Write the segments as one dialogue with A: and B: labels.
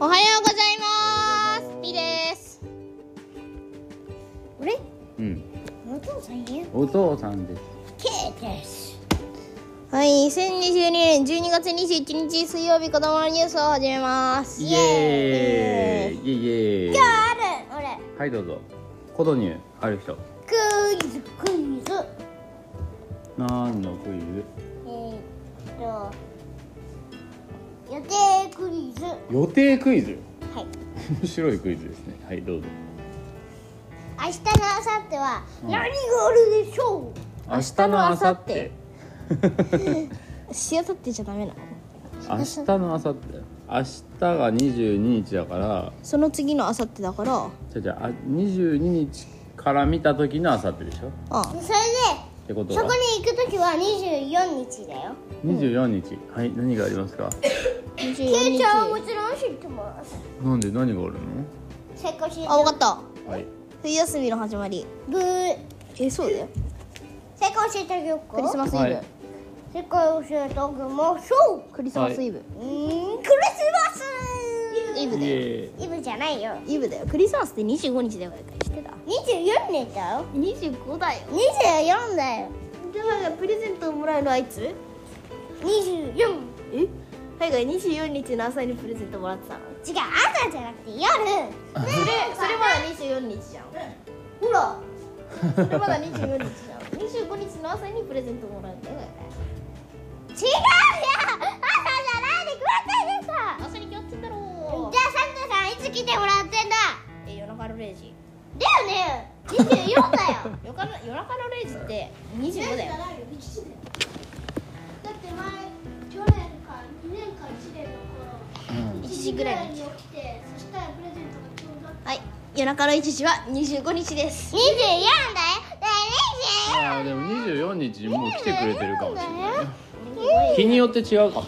A: おはようございますみです
B: 俺
C: うん
B: お父さん言う
C: お父さんです
B: K です
A: はい2022年12月21日水曜日子供のニュースを始めます
C: イエーイイエーイ
B: ある俺
C: はいどうぞコドニューある人
B: クイズクイズ
C: 何のクイズ
B: えーっと予定クイズは
C: 予定クイズ
B: い
C: 面白いクイズですねはいどうぞ
B: 明日のあさっては何があるでしょう、
C: 明日のあさって
A: しあさってじゃダメなの
C: 明日のあさって明日が22日だから
A: その次のあさってだからあ
C: じゃあじゃああ22日から見た時のあさってでしょっ
A: あ
B: でそ
C: てこ
B: れ
C: と
B: でそ
C: は
B: こに行く時は24日だよ
C: 24日はい何がありますか
A: 24
B: K
A: 日
B: ちゃんはも
A: あ
B: ちろん知ってます
C: なんで何がある
B: 成功し
A: 分かった
C: のはい
A: 冬休みの始まり
B: ブー
A: えそうだよ
B: 成功してたよ
A: クリスマスイブ、
C: はい
B: 世界を教えてあげましょ
A: クリスマスイブ、
B: ううーんクリスマス
A: イブ
C: イ
A: だよ
C: エ
B: イブじゃないよ
A: イブだよクリスマスって25日だよ知ってた
B: 24年だよ
A: 25だよ
B: 24だよ
A: じゃあプレゼントをもらえるあいつ
B: 24違う
A: え海外24日の朝にプレゼントもらってたの
B: 朝じゃなくて夜
A: それそれまだ24日 じゃん
B: ほら
A: それまだ24日じゃん25日の朝にプレゼントもらうんだよ
B: 違うよ朝じゃないでくださいでさ
A: 朝に決まってんだ
B: じゃ
A: ろ
B: あサンタさんいつ来てもらってんだ
A: え夜中の0時
B: だよね24だよ
A: 夜中の夜中の0時って25だよ
D: だって前去年か2年か1年の頃
C: ーうん
A: 1時ぐらいに
D: に起きてそしたらプレゼントがちょうど
A: はい夜中の1時は25日です
B: 24だよだよ
C: あーでも24日にもう来てくれてるかもしれないね
A: え
C: 日によって違うかも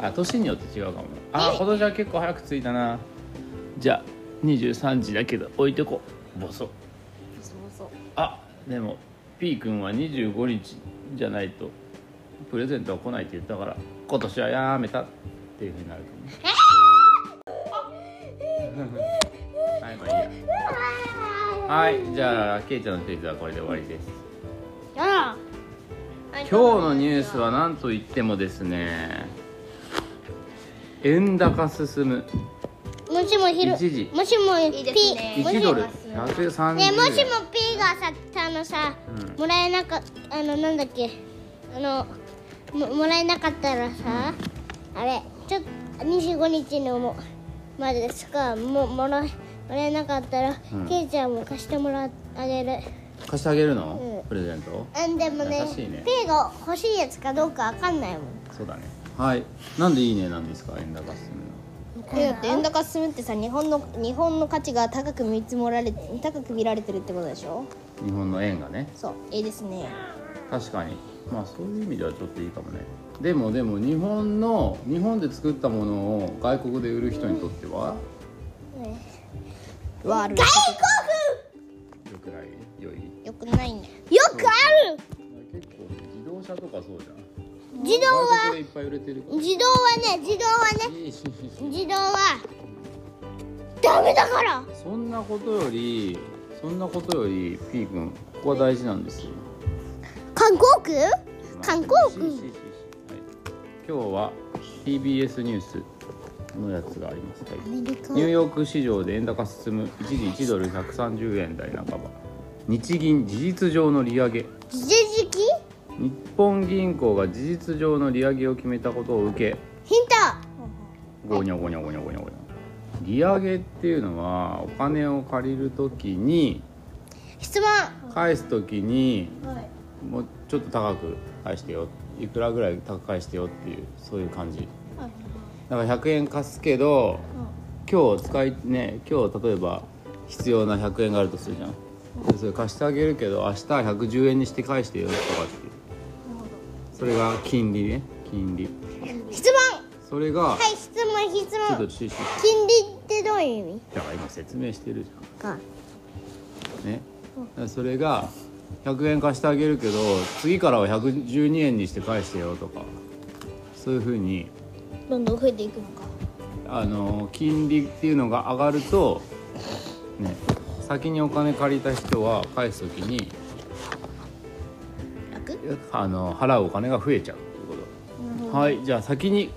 C: あ年によって違うかもあー今年は結構早く着いたなじゃあ23時だけど置いてこボソあでも P 君は25日じゃないとプレゼントは来ないって言ったから今年はやめたっていうふうになるかもはいまあいいやはいじゃあけいちゃんのクイズはこれで終わりです
A: あ
C: 今日のニュースは何と言ってもですね円高進む
B: もしもひろ
C: 一時
B: もしも
A: いいです
B: P もし
C: 1ドル130円、
B: ねもしも P がさあのさ、
C: うん
B: もらえなかあのなんだっけあのももらえなかったらさ、あれちょっと25日のもまでですかももらもらえなかったら、
C: うん
B: ケイちゃんも貸してもらあげる
C: 貸してあげるの、
B: うん
C: プレゼント
B: うんでもね
C: 優しいね
B: P が欲しいやつかどうかわかんないもん
C: そうだねはいなんでいいねなんですか円高進むの
A: だって円高進むってさ日本の日本の価値が高く見積もられて高く見られてるってことでしょ
C: 日本の円がね
A: そういいですね
C: 確かにまあそういう意味ではちょっといいかもねでもでも日本の日本で作ったものを外国で売る人にとっては
A: ワールド
C: 良くない良い
A: よくないね
B: よくある
C: 結構自動車とかそうじゃ
B: 自動
C: ん外
B: は
C: 国でいっぱい売れてるか
B: 自動はね自動は
C: ら
B: ね
C: いいし
B: 自動はダメだから
C: そんなことよりそんなことより P 君ここは大事なんですよ
B: 韓国韓国
C: ししししはい今日は TBS ニュースのやつがあります、はいニューヨーク市場で円高進む一時1ドル130円台半ば日銀事実上の利上げ
B: 自主的
C: 日本銀行が事実上の利上げを決めたことを受け
B: ヒント
C: ゴニョゴニョゴニョゴニョゴニョ利上げっていうのはお金を借りるときに
B: 質問
C: 返すときにもうちょっと高く返してよいくらぐらい高く返してよっていうそういう感じだから100円貸すけど今日使いね今日例えば必要な100円があるとするじゃんでそれ貸してあげるけど明日は110円にして返してよとかっていうそれが金利ね金利
B: 質問
C: それが
B: はい質問質
C: ちょっと
B: 問
C: 中止
B: 金利ってどういう意味
C: だから今説明してるじ
B: か
C: ゃんねだからそれが100円貸してあげるけど次からは112円にして返してよとかそういうふうに
A: どんどん増えていくのか
C: ああの金利っていうのが上がると、ね、先にお金借りた人は返す時に
A: 楽
C: あの払うお金が増えちゃうってことはいじゃあ先に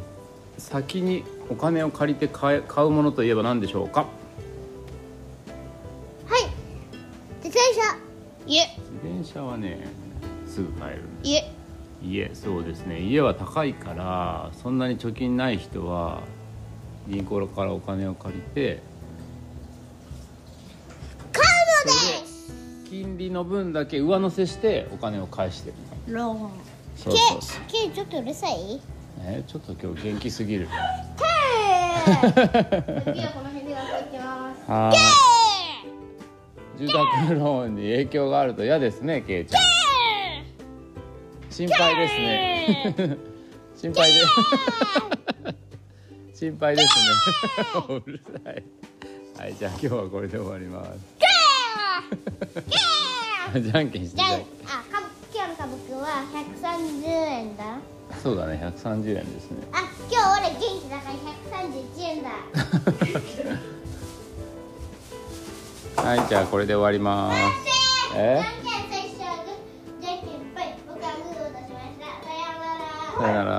C: 先にお金を借りて買え買うものといえば何でしょうか
B: はい自転車
A: いえ
C: 自転車はねすぐ買えるん
A: いえ
C: 家そうですね家は高いからそんなに貯金ない人は銀行からお金を借りて買うのです金利の分だけ上乗せしてお金を返してる
A: ローン
C: そうそうそう
B: ケイちょっとうるさい
C: えーちょっと今日元気すぎる
D: 次はこの辺でやっていきます
C: はい住宅ローンに影響があると嫌ですねけいちゃん心配ですね心配で心配ですねうるさいはいじゃあ今日はこれで終わりますじゃんけんして
B: じゃ
C: じゃ
B: ん
C: ん
B: あかぶ今日のかぶくんは130円だ
C: そうだね130円ですね
B: あ今日俺元気だから131円だ
C: はいじゃあこれで終わりますえ
B: じゃんけん最初はグーじゃんけんぽい僕はグーを出しましたさようなら
C: さよなら